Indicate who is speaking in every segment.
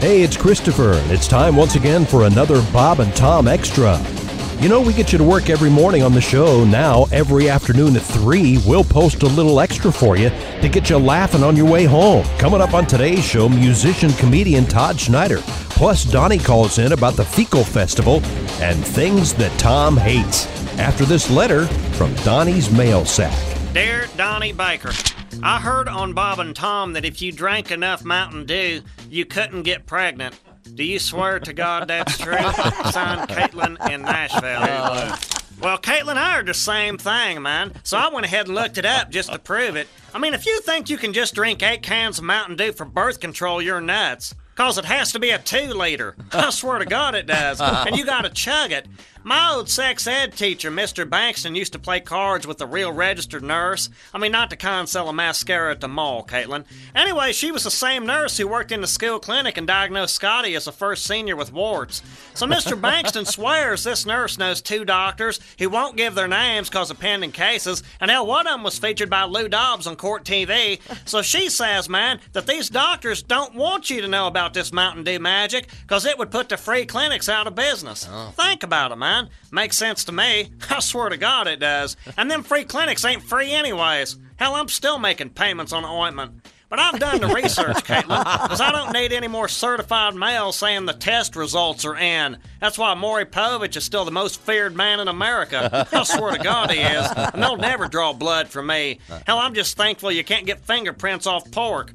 Speaker 1: Hey, it's Christopher, and it's time once again for another Bob and Tom Extra. You know, we get you to work every morning on the show. Now, every afternoon at 3, we'll post a little extra for you to get you laughing on your way home. Coming up on today's show, musician comedian Todd Schneider. Plus, Donnie calls in about the Fecal Festival and things that Tom hates. After this letter from Donnie's mail sack.
Speaker 2: Dear Donnie Baker, I heard on Bob and Tom that if you drank enough Mountain Dew, you couldn't get pregnant. Do you swear to God that's true? Signed Caitlin in Nashville. Well, Caitlin and I are the same thing, man. So I went ahead and looked it up just to prove it. I mean, if you think you can just drink eight cans of Mountain Dew for birth control, you're nuts. Cause it has to be a two liter. I swear to God it does. And you gotta chug it. My old sex ed teacher, Mr. Bankston, used to play cards with a real registered nurse. I mean, not the kind selling mascara at the mall, Caitlin. Anyway, she was the same nurse who worked in the school clinic and diagnosed Scotty as the first senior with warts. So Mr. Bankston swears this nurse knows two doctors who won't give their names because of pending cases, and hell, one of them was featured by Lou Dobbs on court TV. So she says, man, that these doctors don't want you to know about this Mountain Dew magic because it would put the free clinics out of business. Think about it, man. Makes sense to me. I swear to God it does. And them free clinics ain't free anyways. Hell, I'm still making payments on ointment. But I've done the research, Caitlin, because I don't need any more certified mail saying the test results are in. That's why Maury Povich is still the most feared man in America. I swear to God he is. And they'll never draw blood from me. Hell, I'm just thankful you can't get fingerprints off pork.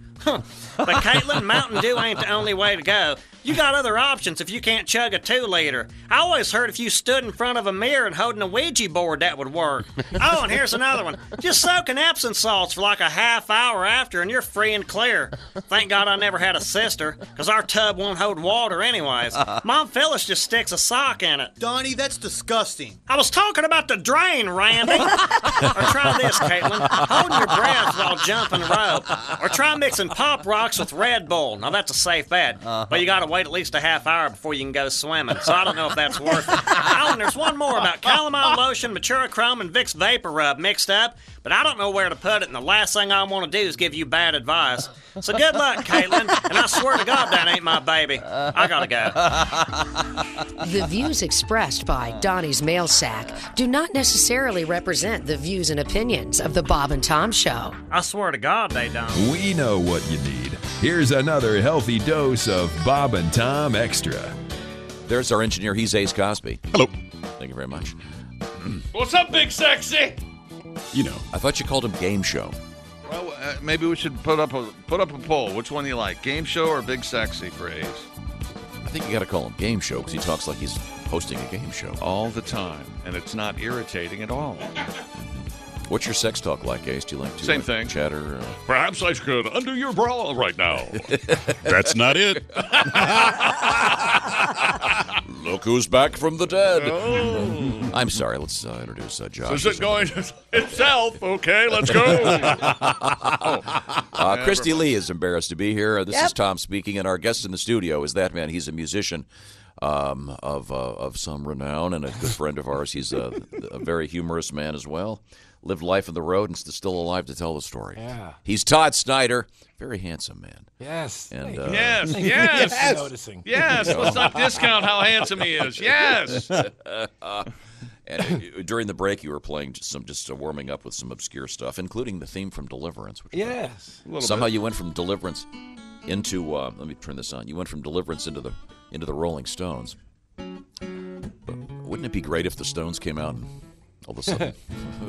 Speaker 2: but Caitlin, Mountain Dew ain't the only way to go. You got other options if you can't chug a two liter. I always heard if you stood in front of a mirror and holding a Ouija board, that would work. Oh, and here's another one. Just soak in Epsom salts for like a half hour after, and you're free and clear. Thank God I never had a sister, because our tub won't hold water anyways. Mom Phyllis just sticks a sock in it.
Speaker 3: Donnie, that's disgusting.
Speaker 2: I was talking about the drain, Randy. or try this, Caitlin. Hold your breath while jumping rope. Or try mixing Pop Rocks with Red Bull. Now, that's a safe bet. But you got to wait at least a half hour before you can go swimming. So I don't know if that's worth it. Oh, and there's one more about calamine lotion, Maturochrome, and Vicks Vapor Rub mixed up. But I don't know where to put it. And the last thing I want to do is give you bad advice. So good luck, Caitlin. And I swear to God, that ain't my baby. I got to go.
Speaker 4: The views expressed by Donnie's mail sack do not necessarily represent the views and opinions of the Bob and Tom Show.
Speaker 2: I swear to God, they don't.
Speaker 5: We know what you need. Here's another healthy dose of Bob and Tom Extra.
Speaker 6: There's our engineer. He's Ace Cosby. Hello. Thank you very much.
Speaker 7: What's up, big sexy?
Speaker 5: You know,
Speaker 6: I thought you called him game show.
Speaker 7: Well, uh, maybe we should put up a put up a poll. Which one do you like, game show or big sexy for A's?
Speaker 6: I think you got to call him game show because he talks like he's hosting a game show.
Speaker 7: All the time, and it's not irritating at all.
Speaker 6: What's your sex talk like, Ace? Do you like to
Speaker 7: Same
Speaker 6: uh,
Speaker 7: thing.
Speaker 6: chatter? Uh,
Speaker 8: Perhaps I could undo your bra right now.
Speaker 5: that's not it.
Speaker 6: Look who's back from the dead.
Speaker 7: Oh.
Speaker 6: I'm sorry. Let's uh, introduce uh, Josh.
Speaker 8: Is it going itself? Okay, let's go.
Speaker 6: Uh, Christy Lee is embarrassed to be here. Uh, This is Tom speaking, and our guest in the studio is that man. He's a musician um, of uh, of some renown and a good friend of ours. He's a, a very humorous man as well. Lived life on the road and is still alive to tell the story. Yeah. He's Todd Snyder, very handsome man.
Speaker 9: Yes.
Speaker 6: And
Speaker 9: Thank
Speaker 6: uh,
Speaker 7: Yes, yes, yes.
Speaker 9: you for noticing.
Speaker 7: Let's not discount how handsome he is. Yes.
Speaker 6: and uh, during the break, you were playing just some just uh, warming up with some obscure stuff, including the theme from Deliverance. Which
Speaker 9: Yes.
Speaker 6: somehow you went from Deliverance into uh, let me turn this on. You went from Deliverance into the into the Rolling Stones. But wouldn't it be great if the Stones came out and all of a sudden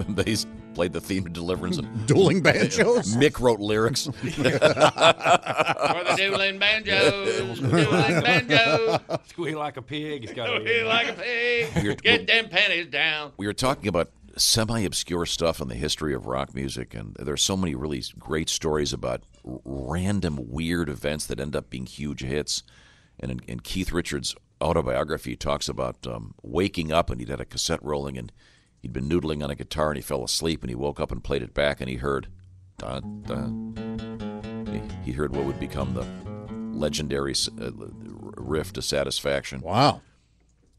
Speaker 6: they s- played the theme to Deliverance and
Speaker 9: Dueling banjos.
Speaker 6: Mick wrote lyrics?
Speaker 7: For the dueling banjos, dueling banjos,
Speaker 9: Squeal like a pig. It's got to be.
Speaker 7: we like a pig. Get them panties down.
Speaker 6: we were talking about semi obscure stuff on the history of rock music, and there's so many really great stories about r- random weird events that end up being huge hits. And in, in Keith Richards' autobiography, he talks about um, waking up and he'd had a cassette rolling and he'd been noodling on a guitar and he fell asleep and he woke up and played it back and he heard. Dun, dun. He, he heard what would become the legendary s- uh, riff to satisfaction
Speaker 9: Wow.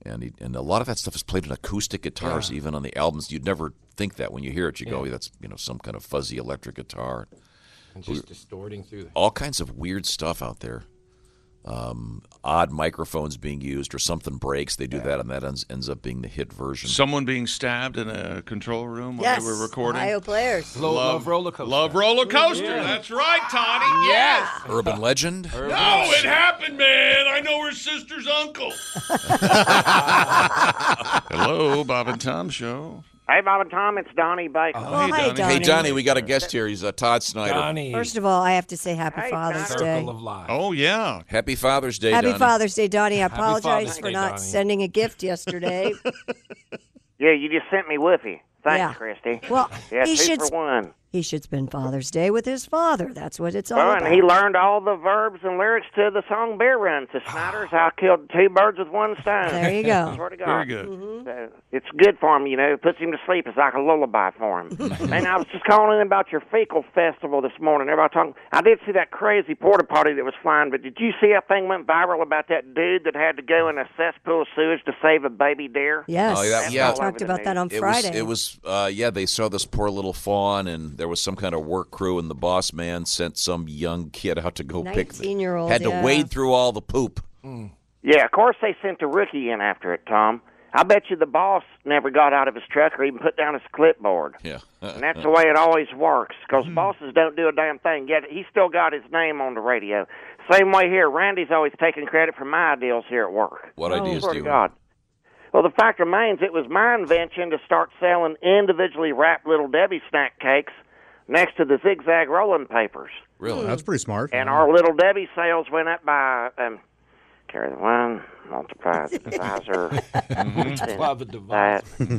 Speaker 6: and he, and a lot of that stuff is played on acoustic guitars, even on the albums. You'd never think that when you hear it. You go, "Oh, that's you know some kind of fuzzy electric guitar.
Speaker 9: And just distorting through the.
Speaker 6: All kinds of weird stuff out there. um, odd microphones being used or something breaks. They do that, and that ends, ends up being the hit version.
Speaker 7: Someone being stabbed in a control room
Speaker 4: Yes.
Speaker 7: while they were recording.
Speaker 4: Ohio players.
Speaker 10: Love, love roller coaster.
Speaker 7: Love roller coaster.
Speaker 10: Yeah.
Speaker 7: That's right, Tony. Yes.
Speaker 6: Urban legend.
Speaker 2: No, it happened, man. I know her sister's uncle.
Speaker 7: Hello, Bob and Tom show.
Speaker 9: Hey, Bob and Tom, it's Donnie Baker.
Speaker 4: Oh, hi, Donnie.
Speaker 6: Hey, Donnie, we got a guest here. He's uh, Todd Snyder.
Speaker 10: Donnie.
Speaker 4: First of all, I have to say Happy
Speaker 9: Hey,
Speaker 4: Father's
Speaker 9: Donnie.
Speaker 4: Day.
Speaker 10: Circle of life.
Speaker 7: Oh yeah.
Speaker 6: Happy Father's Day,
Speaker 4: Happy
Speaker 6: Donnie.
Speaker 4: Father's Day, Donnie. I apologize
Speaker 10: Father's
Speaker 4: for
Speaker 10: Day,
Speaker 4: not
Speaker 10: Donnie.
Speaker 4: sending a gift yesterday.
Speaker 9: yeah, you just sent me Woofy. Thanks,
Speaker 4: Yeah.
Speaker 9: Christy.
Speaker 4: Well,
Speaker 9: yeah,
Speaker 4: he
Speaker 9: two
Speaker 4: should
Speaker 9: for one.
Speaker 4: he should spend Father's Day with his father. That's what it's all
Speaker 9: Well,
Speaker 4: about.
Speaker 9: and he learned all the verbs and lyrics to the song Bear Run to Snyder's. I killed two birds with one stone.
Speaker 4: There you go.
Speaker 9: Swear to God.
Speaker 7: Very good.
Speaker 4: Mm-hmm.
Speaker 9: So it's good for him, you know. It puts him to sleep. It's like a lullaby for him. and I was just calling in about your fecal festival this morning. Everybody talking. I did see that crazy porta potty that was flying, but did you see that thing went viral about that dude that had to go in a cesspool of sewage to save a baby deer?
Speaker 4: Yes,
Speaker 6: Oh, that- yeah.
Speaker 4: we talked about that on
Speaker 6: It
Speaker 4: Friday.
Speaker 6: was. It was. Uh, yeah, they saw this poor little fawn, and there was some kind of work crew, and the boss man sent some young kid out to go pick. the-
Speaker 5: Oh,
Speaker 4: 19-year-old,
Speaker 6: Had to
Speaker 4: yeah.
Speaker 6: wade through all the poop.
Speaker 9: Yeah, of course they sent the rookie in after it, Tom. I bet you the boss never got out of his truck or even put down his clipboard.
Speaker 6: Yeah. Hmm.
Speaker 9: And that's the way it always works, 'cause bosses don't do a damn thing, yet he still got his name on the radio. Same way here. Randy's always taking credit for my ideals here at work.
Speaker 6: What ideas
Speaker 9: Swear
Speaker 6: do
Speaker 9: to
Speaker 6: you?
Speaker 9: God. Well, the fact remains it was my invention to start selling individually wrapped Little Debbie snack cakes next to the zigzag rolling papers.
Speaker 6: Really?
Speaker 3: That's pretty smart.
Speaker 9: And our little Debbie sales went up by um, carry the one, multiply the divisor.
Speaker 10: By the device.
Speaker 9: That,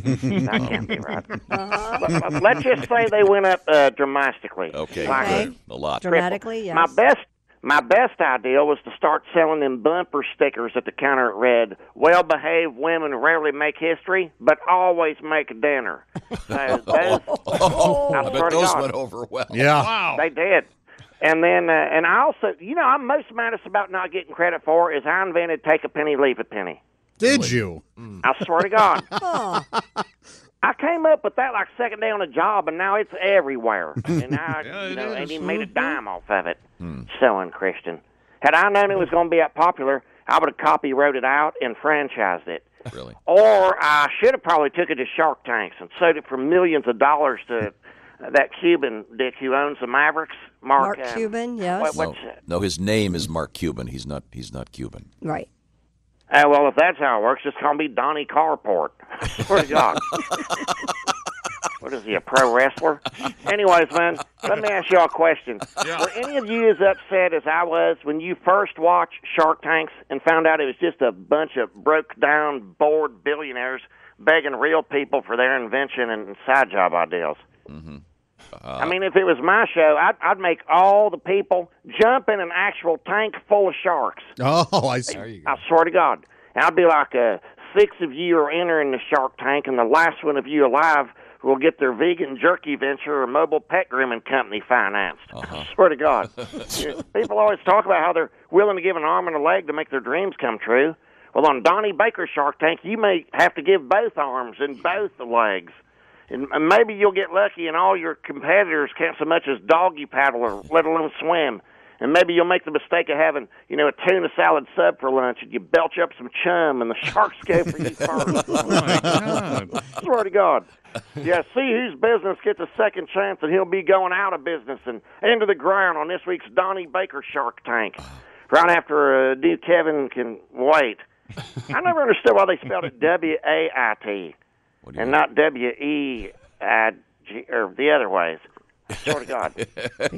Speaker 9: that can't be right.
Speaker 4: Uh-huh.
Speaker 9: But- but let's just say they went up uh, dramatically.
Speaker 6: Okay.
Speaker 9: Like
Speaker 4: Okay.
Speaker 6: Good. A lot.
Speaker 4: Oh. Dramatically, yes.
Speaker 9: my best my best idea was to start selling them bumper stickers at the counter at Red. Well behaved women rarely make history, but always make dinner. So those,
Speaker 6: Oh,
Speaker 9: I
Speaker 6: I
Speaker 9: swear
Speaker 6: bet
Speaker 9: to
Speaker 6: those
Speaker 9: God.
Speaker 6: went over well.
Speaker 3: yeah.
Speaker 7: Wow.
Speaker 9: they did. And then, uh, and I also, you know, I'm most maddest about not getting credit for is I invented take a penny, leave a penny.
Speaker 3: Did you?
Speaker 9: I swear to God.
Speaker 4: Oh,
Speaker 9: I came up with that like second day on the job, and now it's everywhere. And I,
Speaker 7: Yeah,
Speaker 9: you
Speaker 7: it
Speaker 9: know,
Speaker 7: is. Mm-hmm. Hmm.
Speaker 9: ain't even made a dime off of it. So unchristian. Had I known it was going to be that popular, I would have copy wrote it out and franchised it.
Speaker 6: Really?
Speaker 9: Or I should have probably took it to Shark Tanks and sold it for millions of dollars to uh, that Cuban dick who owns the Mavericks, Mark,
Speaker 4: Mark
Speaker 9: uh,
Speaker 4: Cuban,
Speaker 9: what-
Speaker 4: yes.
Speaker 6: No,
Speaker 7: Oh.
Speaker 9: what's it?
Speaker 6: no, his name is Mark Cuban. He's not. He's not Cuban.
Speaker 4: Right.
Speaker 9: Uh, well, if that's how it works, it's going to be Donnie Carport. Swear to God. what is he, a pro wrestler? Anyways, man, let me ask y'all a question. Were any of you as upset as I was when you first watched Shark Tanks and found out it was just a bunch of broke down, bored billionaires begging real people for their invention and side job ideals? I mean, if it was my show, I'd, I'd make all the people jump in an actual tank full of sharks.
Speaker 3: Oh, I see.
Speaker 10: There you go.
Speaker 9: I swear to God. And I'll be like, uh, six of you are entering the Shark Tank, and the last one of you alive will get their vegan jerky venture or mobile pet grooming company financed.
Speaker 10: Uh-huh.
Speaker 9: I swear to God. People always talk about how they're willing to give an arm and a leg to make their dreams come true. Well, on Donnie Baker's Shark Tank, you may have to give both arms and both legs. And and maybe you'll get lucky, and all your competitors can't so much as doggy paddle or let alone swim. And maybe you'll make the mistake of having, you know, a tuna salad sub for lunch, and you belch up some chum, and the sharks go for you first. Swear to God. Yeah, see whose business gets a second chance, and he'll be going out of business and into the ground on this week's Donnie Baker Shark Tank, right after uh, new Kevin can wait. I never understood why they spelled it W A I T
Speaker 6: What do you
Speaker 9: and
Speaker 6: mean?
Speaker 9: not W E I G or the other ways. Swear to God, you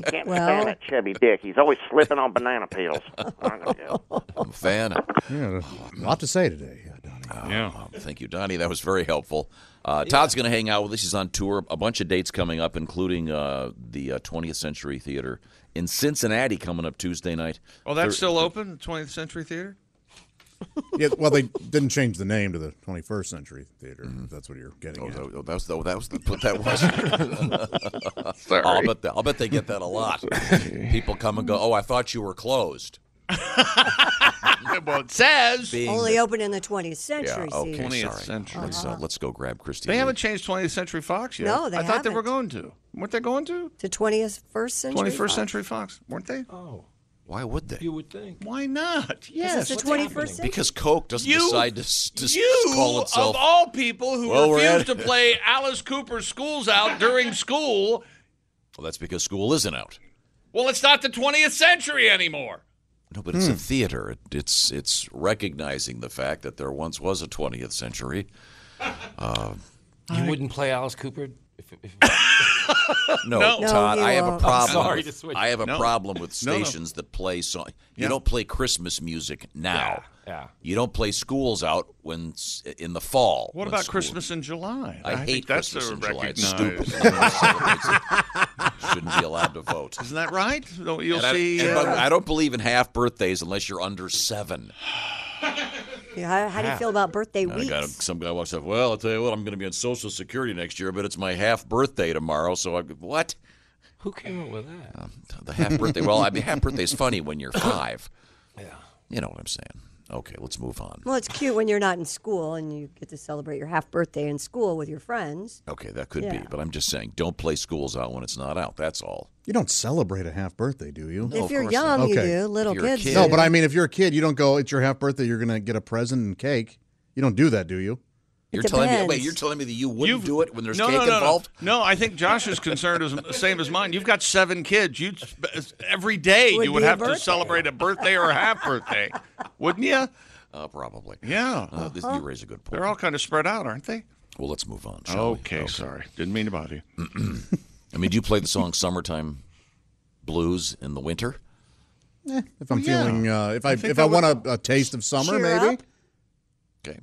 Speaker 9: can't
Speaker 4: Well-
Speaker 9: stand that chubby dick. He's always slipping on banana peels. I don't know.
Speaker 6: I'm a fan.
Speaker 3: Yeah, a lot to say today, Donnie.
Speaker 6: Um, thank you, Donnie. That was very helpful. Uh, Todd's going to hang out with us. He's on tour. A bunch of dates coming up, including uh, the uh, 20th Century Theater in Cincinnati coming up Tuesday night.
Speaker 7: Oh, that's still open. The 20th Century Theater.
Speaker 3: Yeah, well, they didn't change the name to the 21st Century Theater.
Speaker 7: Mm-hmm.
Speaker 3: If that's what you're getting
Speaker 6: Oh,
Speaker 3: at.
Speaker 6: that, oh, that was the, that was the, what that was.
Speaker 7: Sorry.
Speaker 6: I'll bet that, I'll bet they get that a lot. People come and go. Oh, I thought you were closed.
Speaker 7: well, it says
Speaker 6: Being
Speaker 4: Only
Speaker 6: that-
Speaker 4: open in the 20th
Speaker 6: yeah.
Speaker 4: century. see.
Speaker 6: Uh, Okay.
Speaker 7: 20th
Speaker 6: sorry.
Speaker 7: century.
Speaker 6: Let's,
Speaker 5: Uh-huh.
Speaker 6: uh, let's go grab Christy.
Speaker 7: they
Speaker 6: Lee.
Speaker 7: haven't changed 20th Century Fox yet.
Speaker 4: No, they
Speaker 7: I thought they were
Speaker 4: haven't.
Speaker 7: going to. Weren't they going to?
Speaker 4: To 21st century.
Speaker 7: 21st
Speaker 4: Fox.
Speaker 7: Century Fox, weren't they?
Speaker 10: Oh.
Speaker 6: Why would they?
Speaker 10: You would think.
Speaker 7: Why not?
Speaker 10: Yes.
Speaker 4: the
Speaker 10: What's
Speaker 4: 21st
Speaker 10: happening?
Speaker 4: century?
Speaker 6: Because Coke doesn't
Speaker 7: You-
Speaker 6: decide to, s- to s-
Speaker 7: you
Speaker 6: call itself.
Speaker 7: of all people who
Speaker 6: Well, we're
Speaker 7: refuse
Speaker 6: at
Speaker 7: to
Speaker 6: it.
Speaker 7: play Alice Cooper's "Schools Out" during school.
Speaker 6: well, that's because school isn't out.
Speaker 7: Well, it's not the 20th century anymore.
Speaker 6: No, but it's
Speaker 7: Hmm.
Speaker 6: a theater. It- It's it's recognizing the fact that there once was a 20th century.
Speaker 10: You wouldn't play Alice Cooper if, if
Speaker 6: No,
Speaker 7: No.
Speaker 4: No,
Speaker 6: Todd,
Speaker 4: you
Speaker 6: I have a
Speaker 4: won't.
Speaker 6: problem.
Speaker 10: sorry
Speaker 6: with-
Speaker 10: to switch.
Speaker 6: I have a
Speaker 7: No.
Speaker 6: problem with
Speaker 7: No, no.
Speaker 6: stations that play song. You
Speaker 7: Yeah.
Speaker 6: don't play Christmas music now.
Speaker 10: Yeah, yeah.
Speaker 6: You don't play schools out when s- in the fall.
Speaker 7: What
Speaker 6: when
Speaker 7: about
Speaker 6: school-
Speaker 7: Christmas in July?
Speaker 6: I, hate
Speaker 7: think that's
Speaker 6: Christmas
Speaker 7: a
Speaker 6: in July. It's
Speaker 7: recognized-
Speaker 6: stupid. No one celebrates it. Shouldn't be allowed to vote.
Speaker 7: Isn't that right? No, You'll
Speaker 6: And I,
Speaker 7: see.
Speaker 6: and
Speaker 7: uh,
Speaker 6: by the way, I don't believe in half birthdays unless you're under seven.
Speaker 4: You know, how, how do you feel about birthday
Speaker 6: And I
Speaker 4: weeks?
Speaker 6: got some guy walks up. Well, I'll tell you what, I'm going to be on Social Security next year, but it's my half birthday tomorrow. So I what? Um,
Speaker 10: who came up with that?
Speaker 6: The half birthday. Well, I mean, half birthday's funny when you're five. Yeah. You know what I'm saying. Okay, let's move on.
Speaker 4: Well, it's cute when you're not in school and you get to celebrate your half birthday in school with your friends.
Speaker 6: Okay, that could be,
Speaker 4: Yeah.
Speaker 6: but I'm just saying, don't play schools out when it's not out. That's all.
Speaker 3: You don't celebrate a half birthday, do you?
Speaker 6: No, of
Speaker 4: if you're
Speaker 6: course
Speaker 4: young,
Speaker 3: not.
Speaker 4: you
Speaker 3: Okay.
Speaker 4: do. Little
Speaker 6: you're a
Speaker 4: kids.
Speaker 6: kid.
Speaker 3: No,
Speaker 4: do.
Speaker 3: but I mean, if you're a kid, you don't go. It's your half birthday. You're gonna get a present and cake. You don't do that, do you?
Speaker 6: You're telling me. Wait,
Speaker 4: depends.
Speaker 6: you're telling me that you wouldn't
Speaker 7: You've-
Speaker 6: do it when there's
Speaker 7: no,
Speaker 6: cake
Speaker 7: no, no,
Speaker 6: involved?
Speaker 7: No. no, I think Josh's concern is the same as mine. You've got seven kids. You every day
Speaker 4: Would
Speaker 7: you would
Speaker 4: be a
Speaker 7: have to
Speaker 4: birthday.
Speaker 7: celebrate a birthday or a half birthday, wouldn't you?
Speaker 6: Uh, probably.
Speaker 7: Yeah.
Speaker 6: Uh, this,
Speaker 3: Uh-huh.
Speaker 6: you raise a good point.
Speaker 7: They're Uh-huh. all kind of spread out, aren't they?
Speaker 6: well, let's move on. Shall we?
Speaker 7: Okay, sorry, didn't mean to bother you.
Speaker 6: I mean, do you play the song "Summertime Blues" in the winter?
Speaker 3: If I'm
Speaker 7: yeah.
Speaker 3: feeling,
Speaker 6: Mm,
Speaker 3: uh, if I,
Speaker 7: think
Speaker 3: if
Speaker 7: that
Speaker 3: I
Speaker 7: would-
Speaker 3: want a, a taste of summer,
Speaker 4: Cheer
Speaker 3: maybe.
Speaker 4: up.
Speaker 6: Okay.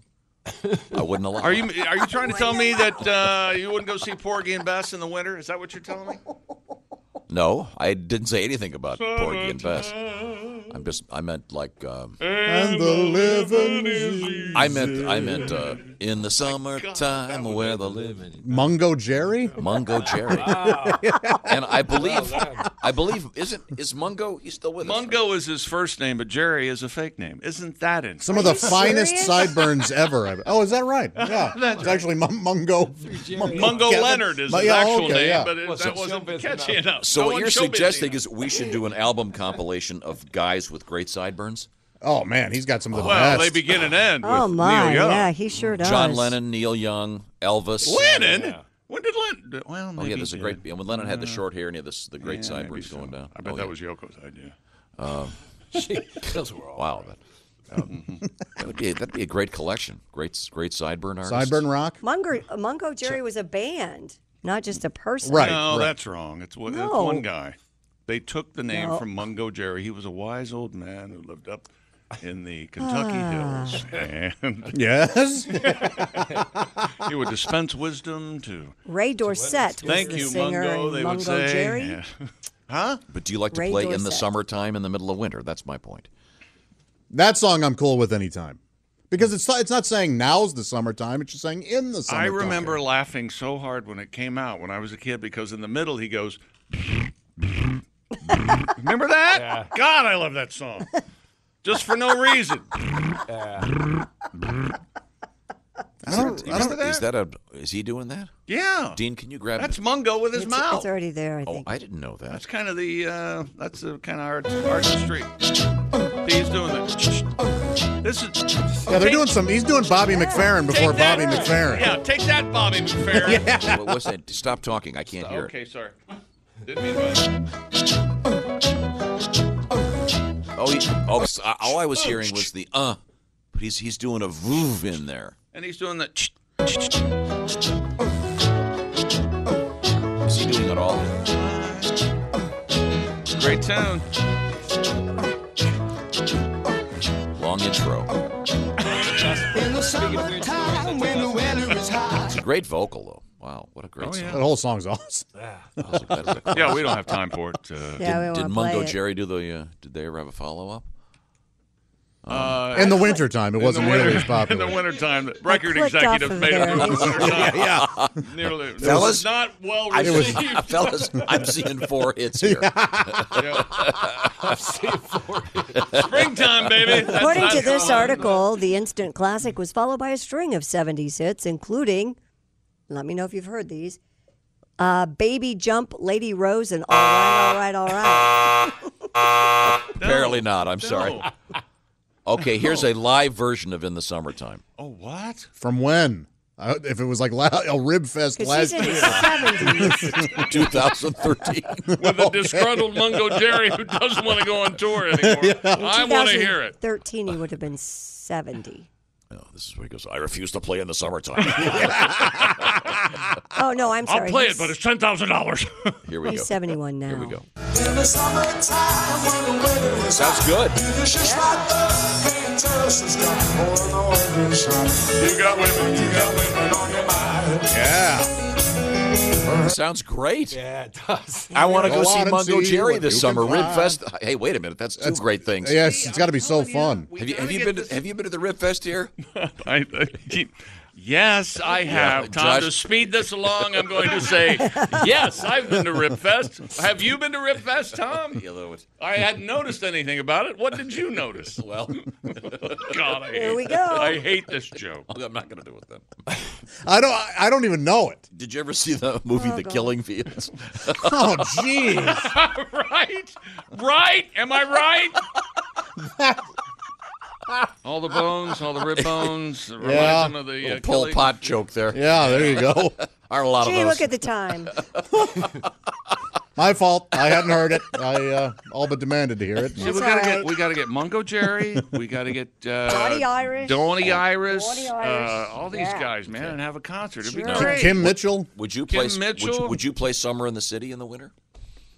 Speaker 6: I wouldn't allow.
Speaker 7: Are you are you trying to tell me that uh, you wouldn't go see Porgy and Bess in the winter? Is that what you're telling me?
Speaker 6: No, I didn't say anything about Porgy and Bess. I'm just. I meant like. Um,
Speaker 3: And the living is-
Speaker 6: I meant. I meant uh, in the summertime where the living.
Speaker 3: Mungo Jerry.
Speaker 6: Mungo Jerry. and I believe, I believe, isn't is Mungo? He's still with us. right?
Speaker 7: Mungo is his first name, but Jerry is a fake name. Isn't that insane?
Speaker 3: Some of the finest
Speaker 4: serious?
Speaker 3: sideburns ever. I've- Oh, is that right? Yeah, that's it's actually Mun- Mungo. Mungo,
Speaker 7: Mungo
Speaker 3: Kevin-
Speaker 7: Leonard is
Speaker 3: Mu-
Speaker 7: his
Speaker 3: yeah,
Speaker 7: actual
Speaker 3: okay,
Speaker 7: name,
Speaker 3: yeah.
Speaker 7: but it,
Speaker 10: Well, so
Speaker 7: that wasn't
Speaker 10: showbiz
Speaker 7: catchy
Speaker 10: enough.
Speaker 7: enough.
Speaker 6: So
Speaker 7: No
Speaker 6: what
Speaker 7: one's
Speaker 6: you're
Speaker 7: showbiz
Speaker 6: suggesting
Speaker 7: enough.
Speaker 6: is we should do an album compilation of guys with great sideburns:
Speaker 3: oh man, he's got some of the
Speaker 7: well,
Speaker 3: best.
Speaker 7: they begin and end.
Speaker 4: Oh
Speaker 7: with
Speaker 4: my,
Speaker 7: Neil Young.
Speaker 4: yeah, he sure does.
Speaker 6: John Lennon, Neil Young, Elvis.
Speaker 7: Lennon. When did Lennon? Well,
Speaker 6: Oh
Speaker 7: maybe
Speaker 6: yeah, there's a
Speaker 7: he
Speaker 6: great.
Speaker 7: did.
Speaker 6: Yeah, when Lennon had the short hair and he had this, the great sideburns going down.
Speaker 7: I bet
Speaker 6: Oh,
Speaker 7: that
Speaker 6: yeah.
Speaker 7: was Yoko's idea.
Speaker 10: Those were all.
Speaker 6: wow. That, um, that would be that'd be a great collection. Great great sideburn artist.
Speaker 3: Sideburn rock.
Speaker 4: Mungo, Mungo Jerry was a band, not just a person.
Speaker 3: Right.
Speaker 7: no, Oh, that's wrong. It's, one- it's
Speaker 4: No.
Speaker 7: one guy. They took the name
Speaker 4: No.
Speaker 7: from Mungo Jerry. He was a wise old man who lived up in the Kentucky hills, and
Speaker 3: Yes.
Speaker 7: he would dispense wisdom to.
Speaker 4: Ray Dorsett was
Speaker 7: Thank
Speaker 4: the
Speaker 7: you,
Speaker 4: singer
Speaker 7: Mungo.
Speaker 4: in
Speaker 7: They
Speaker 4: Mungo
Speaker 7: would say.
Speaker 4: Jerry.
Speaker 7: Yeah.
Speaker 6: But do you like to
Speaker 4: Ray
Speaker 6: play in the
Speaker 4: Dorsett.
Speaker 6: summertime in the middle of winter? That's my point.
Speaker 3: that song I'm cool with anytime. Because it's not, it's not saying now's the summertime, it's just saying in the
Speaker 7: I
Speaker 3: summertime.
Speaker 7: remember laughing so hard when it came out when I was a kid because in the middle he goes. Remember that? God, I love that song. Just for no reason.
Speaker 3: I don't, I
Speaker 6: Is
Speaker 3: don't,
Speaker 6: that- is that a? Is he doing that?
Speaker 7: Yeah.
Speaker 6: Dean, can you grab?
Speaker 7: That's
Speaker 6: the-
Speaker 7: Mungo with his
Speaker 4: It's,
Speaker 7: mouth.
Speaker 4: it's already there, I
Speaker 6: oh,
Speaker 4: think.
Speaker 6: I didn't know that.
Speaker 7: That's kind of the uh, that's the kind of art art of the street. He's doing that. This is
Speaker 3: yeah, they're
Speaker 7: take-
Speaker 3: doing some. He's doing Bobby McFerrin
Speaker 7: take
Speaker 3: before
Speaker 7: that-
Speaker 3: Bobby McFerrin.
Speaker 7: Yeah, take that, Bobby McFerrin.
Speaker 6: What was that? Stop talking. I can't hear
Speaker 7: Okay, sorry. Didn't mean to-
Speaker 6: it. Oh, he, oh, s- uh, all I was hearing was the uh, but he's he's doing a voov in there.
Speaker 7: And he's doing the.
Speaker 6: Is he doing it all?
Speaker 7: Great tune.
Speaker 6: Long intro. It's a great vocal though. Wow, what a great
Speaker 7: Oh, yeah.
Speaker 3: That whole song's awesome.
Speaker 6: song. That is a-
Speaker 7: Yeah, we don't have time for it. Uh,
Speaker 4: yeah, we
Speaker 6: Did
Speaker 4: wanna
Speaker 6: Mungo
Speaker 4: play it.
Speaker 6: Jerry do the? Uh, did they ever have a follow up?
Speaker 7: uh,
Speaker 3: In the wintertime, it wasn't
Speaker 7: winter-
Speaker 3: nearly as
Speaker 7: in the
Speaker 3: popular.
Speaker 7: wintertime, the record
Speaker 4: clicked off
Speaker 7: executives
Speaker 4: of
Speaker 7: made it in the
Speaker 4: there.
Speaker 7: wintertime.
Speaker 3: yeah.
Speaker 7: Nearly. It
Speaker 6: Fellas?
Speaker 7: was not well
Speaker 6: I
Speaker 7: received.
Speaker 6: fellas, I'm seeing four hits here.
Speaker 7: Springtime, baby. That's-
Speaker 4: According to
Speaker 7: that's
Speaker 4: this
Speaker 7: all I-
Speaker 4: article, the instant classic was followed by a string of 70s hits, including, let me know if you've heard these, uh, Baby Jump, Lady Rose, and All Right, All Right, All Right.
Speaker 5: Apparently not. I'm sorry. Okay, here's a live version of "In the Summertime."
Speaker 11: Oh, what?
Speaker 3: From when? Uh, if it was like la- El Rib Fest last year.
Speaker 5: 2013.
Speaker 7: With a disgruntled Mungo Jerry who doesn't want to go on tour anymore. I want to hear it.
Speaker 4: 13, he would have been 70.
Speaker 5: Oh, this is where he goes. I refuse to play in the summertime.
Speaker 4: Oh, no, I'm sorry.
Speaker 7: I'll play
Speaker 4: He's-
Speaker 7: it, but it's ten thousand dollars.
Speaker 5: Here we
Speaker 4: He's
Speaker 5: go.
Speaker 4: 71 now.
Speaker 5: Here we go. Sounds good.
Speaker 12: oh,
Speaker 7: You got women. You got women on your mind.
Speaker 3: Yeah.
Speaker 5: Sounds great.
Speaker 12: Yeah, it does.
Speaker 5: I want to
Speaker 3: Go
Speaker 5: go see
Speaker 3: out and
Speaker 5: Mungo
Speaker 3: see
Speaker 5: Jerry
Speaker 3: what
Speaker 5: this
Speaker 3: you
Speaker 5: summer.
Speaker 3: can
Speaker 5: Rib
Speaker 3: find.
Speaker 5: Fest. Hey, wait a minute. That's two great things.
Speaker 3: Yes, it's got to be so fun.
Speaker 5: Have you, have you been to, have you been to the Rib Fest here?
Speaker 11: I, I keep.
Speaker 7: Yes, I have. Tom,
Speaker 5: Uh, Josh-
Speaker 7: to speed this along, I'm going to say, yes, I've been to Rip Fest. Have you been to Rip Fest, Tom? I hadn't noticed anything about it. What did you notice?
Speaker 5: Well,
Speaker 7: God, I
Speaker 4: Here
Speaker 7: hate
Speaker 4: we go.
Speaker 7: I hate this joke.
Speaker 5: I'm not going to do it then.
Speaker 3: I don't. I don't even know it.
Speaker 5: Did you ever see the movie The Killing Fields?
Speaker 3: Oh, jeez.
Speaker 7: right? Right? Am I right? all the bones, all the rib bones. Reminds
Speaker 3: Yeah.
Speaker 7: him of the uh,
Speaker 5: Little Pol
Speaker 7: killing-
Speaker 5: Pot joke there.
Speaker 3: yeah, there you go.
Speaker 5: Aren't a lot
Speaker 4: Gee,
Speaker 5: of
Speaker 4: look
Speaker 5: those.
Speaker 4: at the time.
Speaker 3: My fault. I hadn't heard it. I uh, all but demanded to hear it.
Speaker 7: See, we
Speaker 4: That's
Speaker 7: gotta
Speaker 4: all
Speaker 7: get
Speaker 4: right.
Speaker 7: we gotta get Mungo Jerry. We gotta get uh,
Speaker 4: Donny Irish.
Speaker 7: Donny Iris,
Speaker 4: Donny
Speaker 7: uh,
Speaker 4: Irish.
Speaker 7: all these
Speaker 4: Yeah.
Speaker 7: guys, man, and have a concert. It'd be
Speaker 4: Sure.
Speaker 7: great.
Speaker 3: Kim Mitchell.
Speaker 5: would you
Speaker 7: Kim
Speaker 5: play? Would you,
Speaker 7: Mitchell?
Speaker 5: would you play Summer in the City in the winter?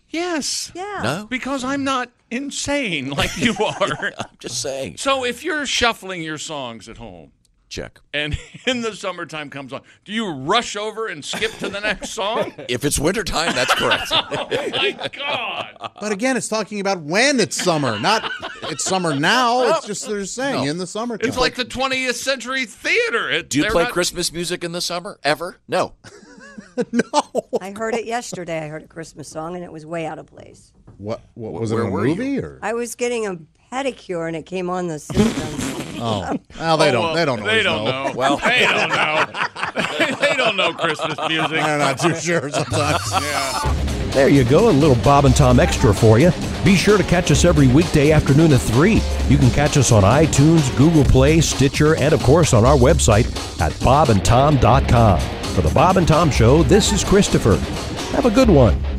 Speaker 7: Yes,
Speaker 4: Yeah.
Speaker 5: No,
Speaker 7: because I'm not insane like you are.
Speaker 5: I'm just saying.
Speaker 7: so if you're shuffling your songs at home.
Speaker 5: Check.
Speaker 7: And in the summertime comes on. Do you rush over and skip to the next song?
Speaker 5: If it's wintertime, that's correct.
Speaker 7: Oh my God!
Speaker 3: But again, it's talking about when it's summer, not it's summer now. It's just they're saying in the summertime.
Speaker 7: Oh. It's like the 20th century theater. It,
Speaker 5: Do you
Speaker 7: they're
Speaker 5: play
Speaker 7: not-
Speaker 5: Christmas music in the summer ever? No.
Speaker 4: I heard it yesterday. I heard a Christmas song, and it was way out of place.
Speaker 3: what? What was it
Speaker 5: Where
Speaker 3: in a
Speaker 5: were you?
Speaker 3: movie or?
Speaker 7: Oh,
Speaker 4: I was getting a pedicure, and it came on the system.
Speaker 3: Oh, well, they don't.
Speaker 7: Well,
Speaker 3: they don't.
Speaker 7: They
Speaker 3: always
Speaker 7: don't know.
Speaker 5: Well-
Speaker 7: they don't know. they don't know Christmas music.
Speaker 3: They're not too sure sometimes.
Speaker 1: There you go, a little Bob and Tom extra for you. Be sure to catch us every weekday afternoon at 3. You can catch us on iTunes, Google Play, Stitcher, and of course on our website at bobandtom.com. For the Bob and Tom Show, this is Christopher. Have a good one.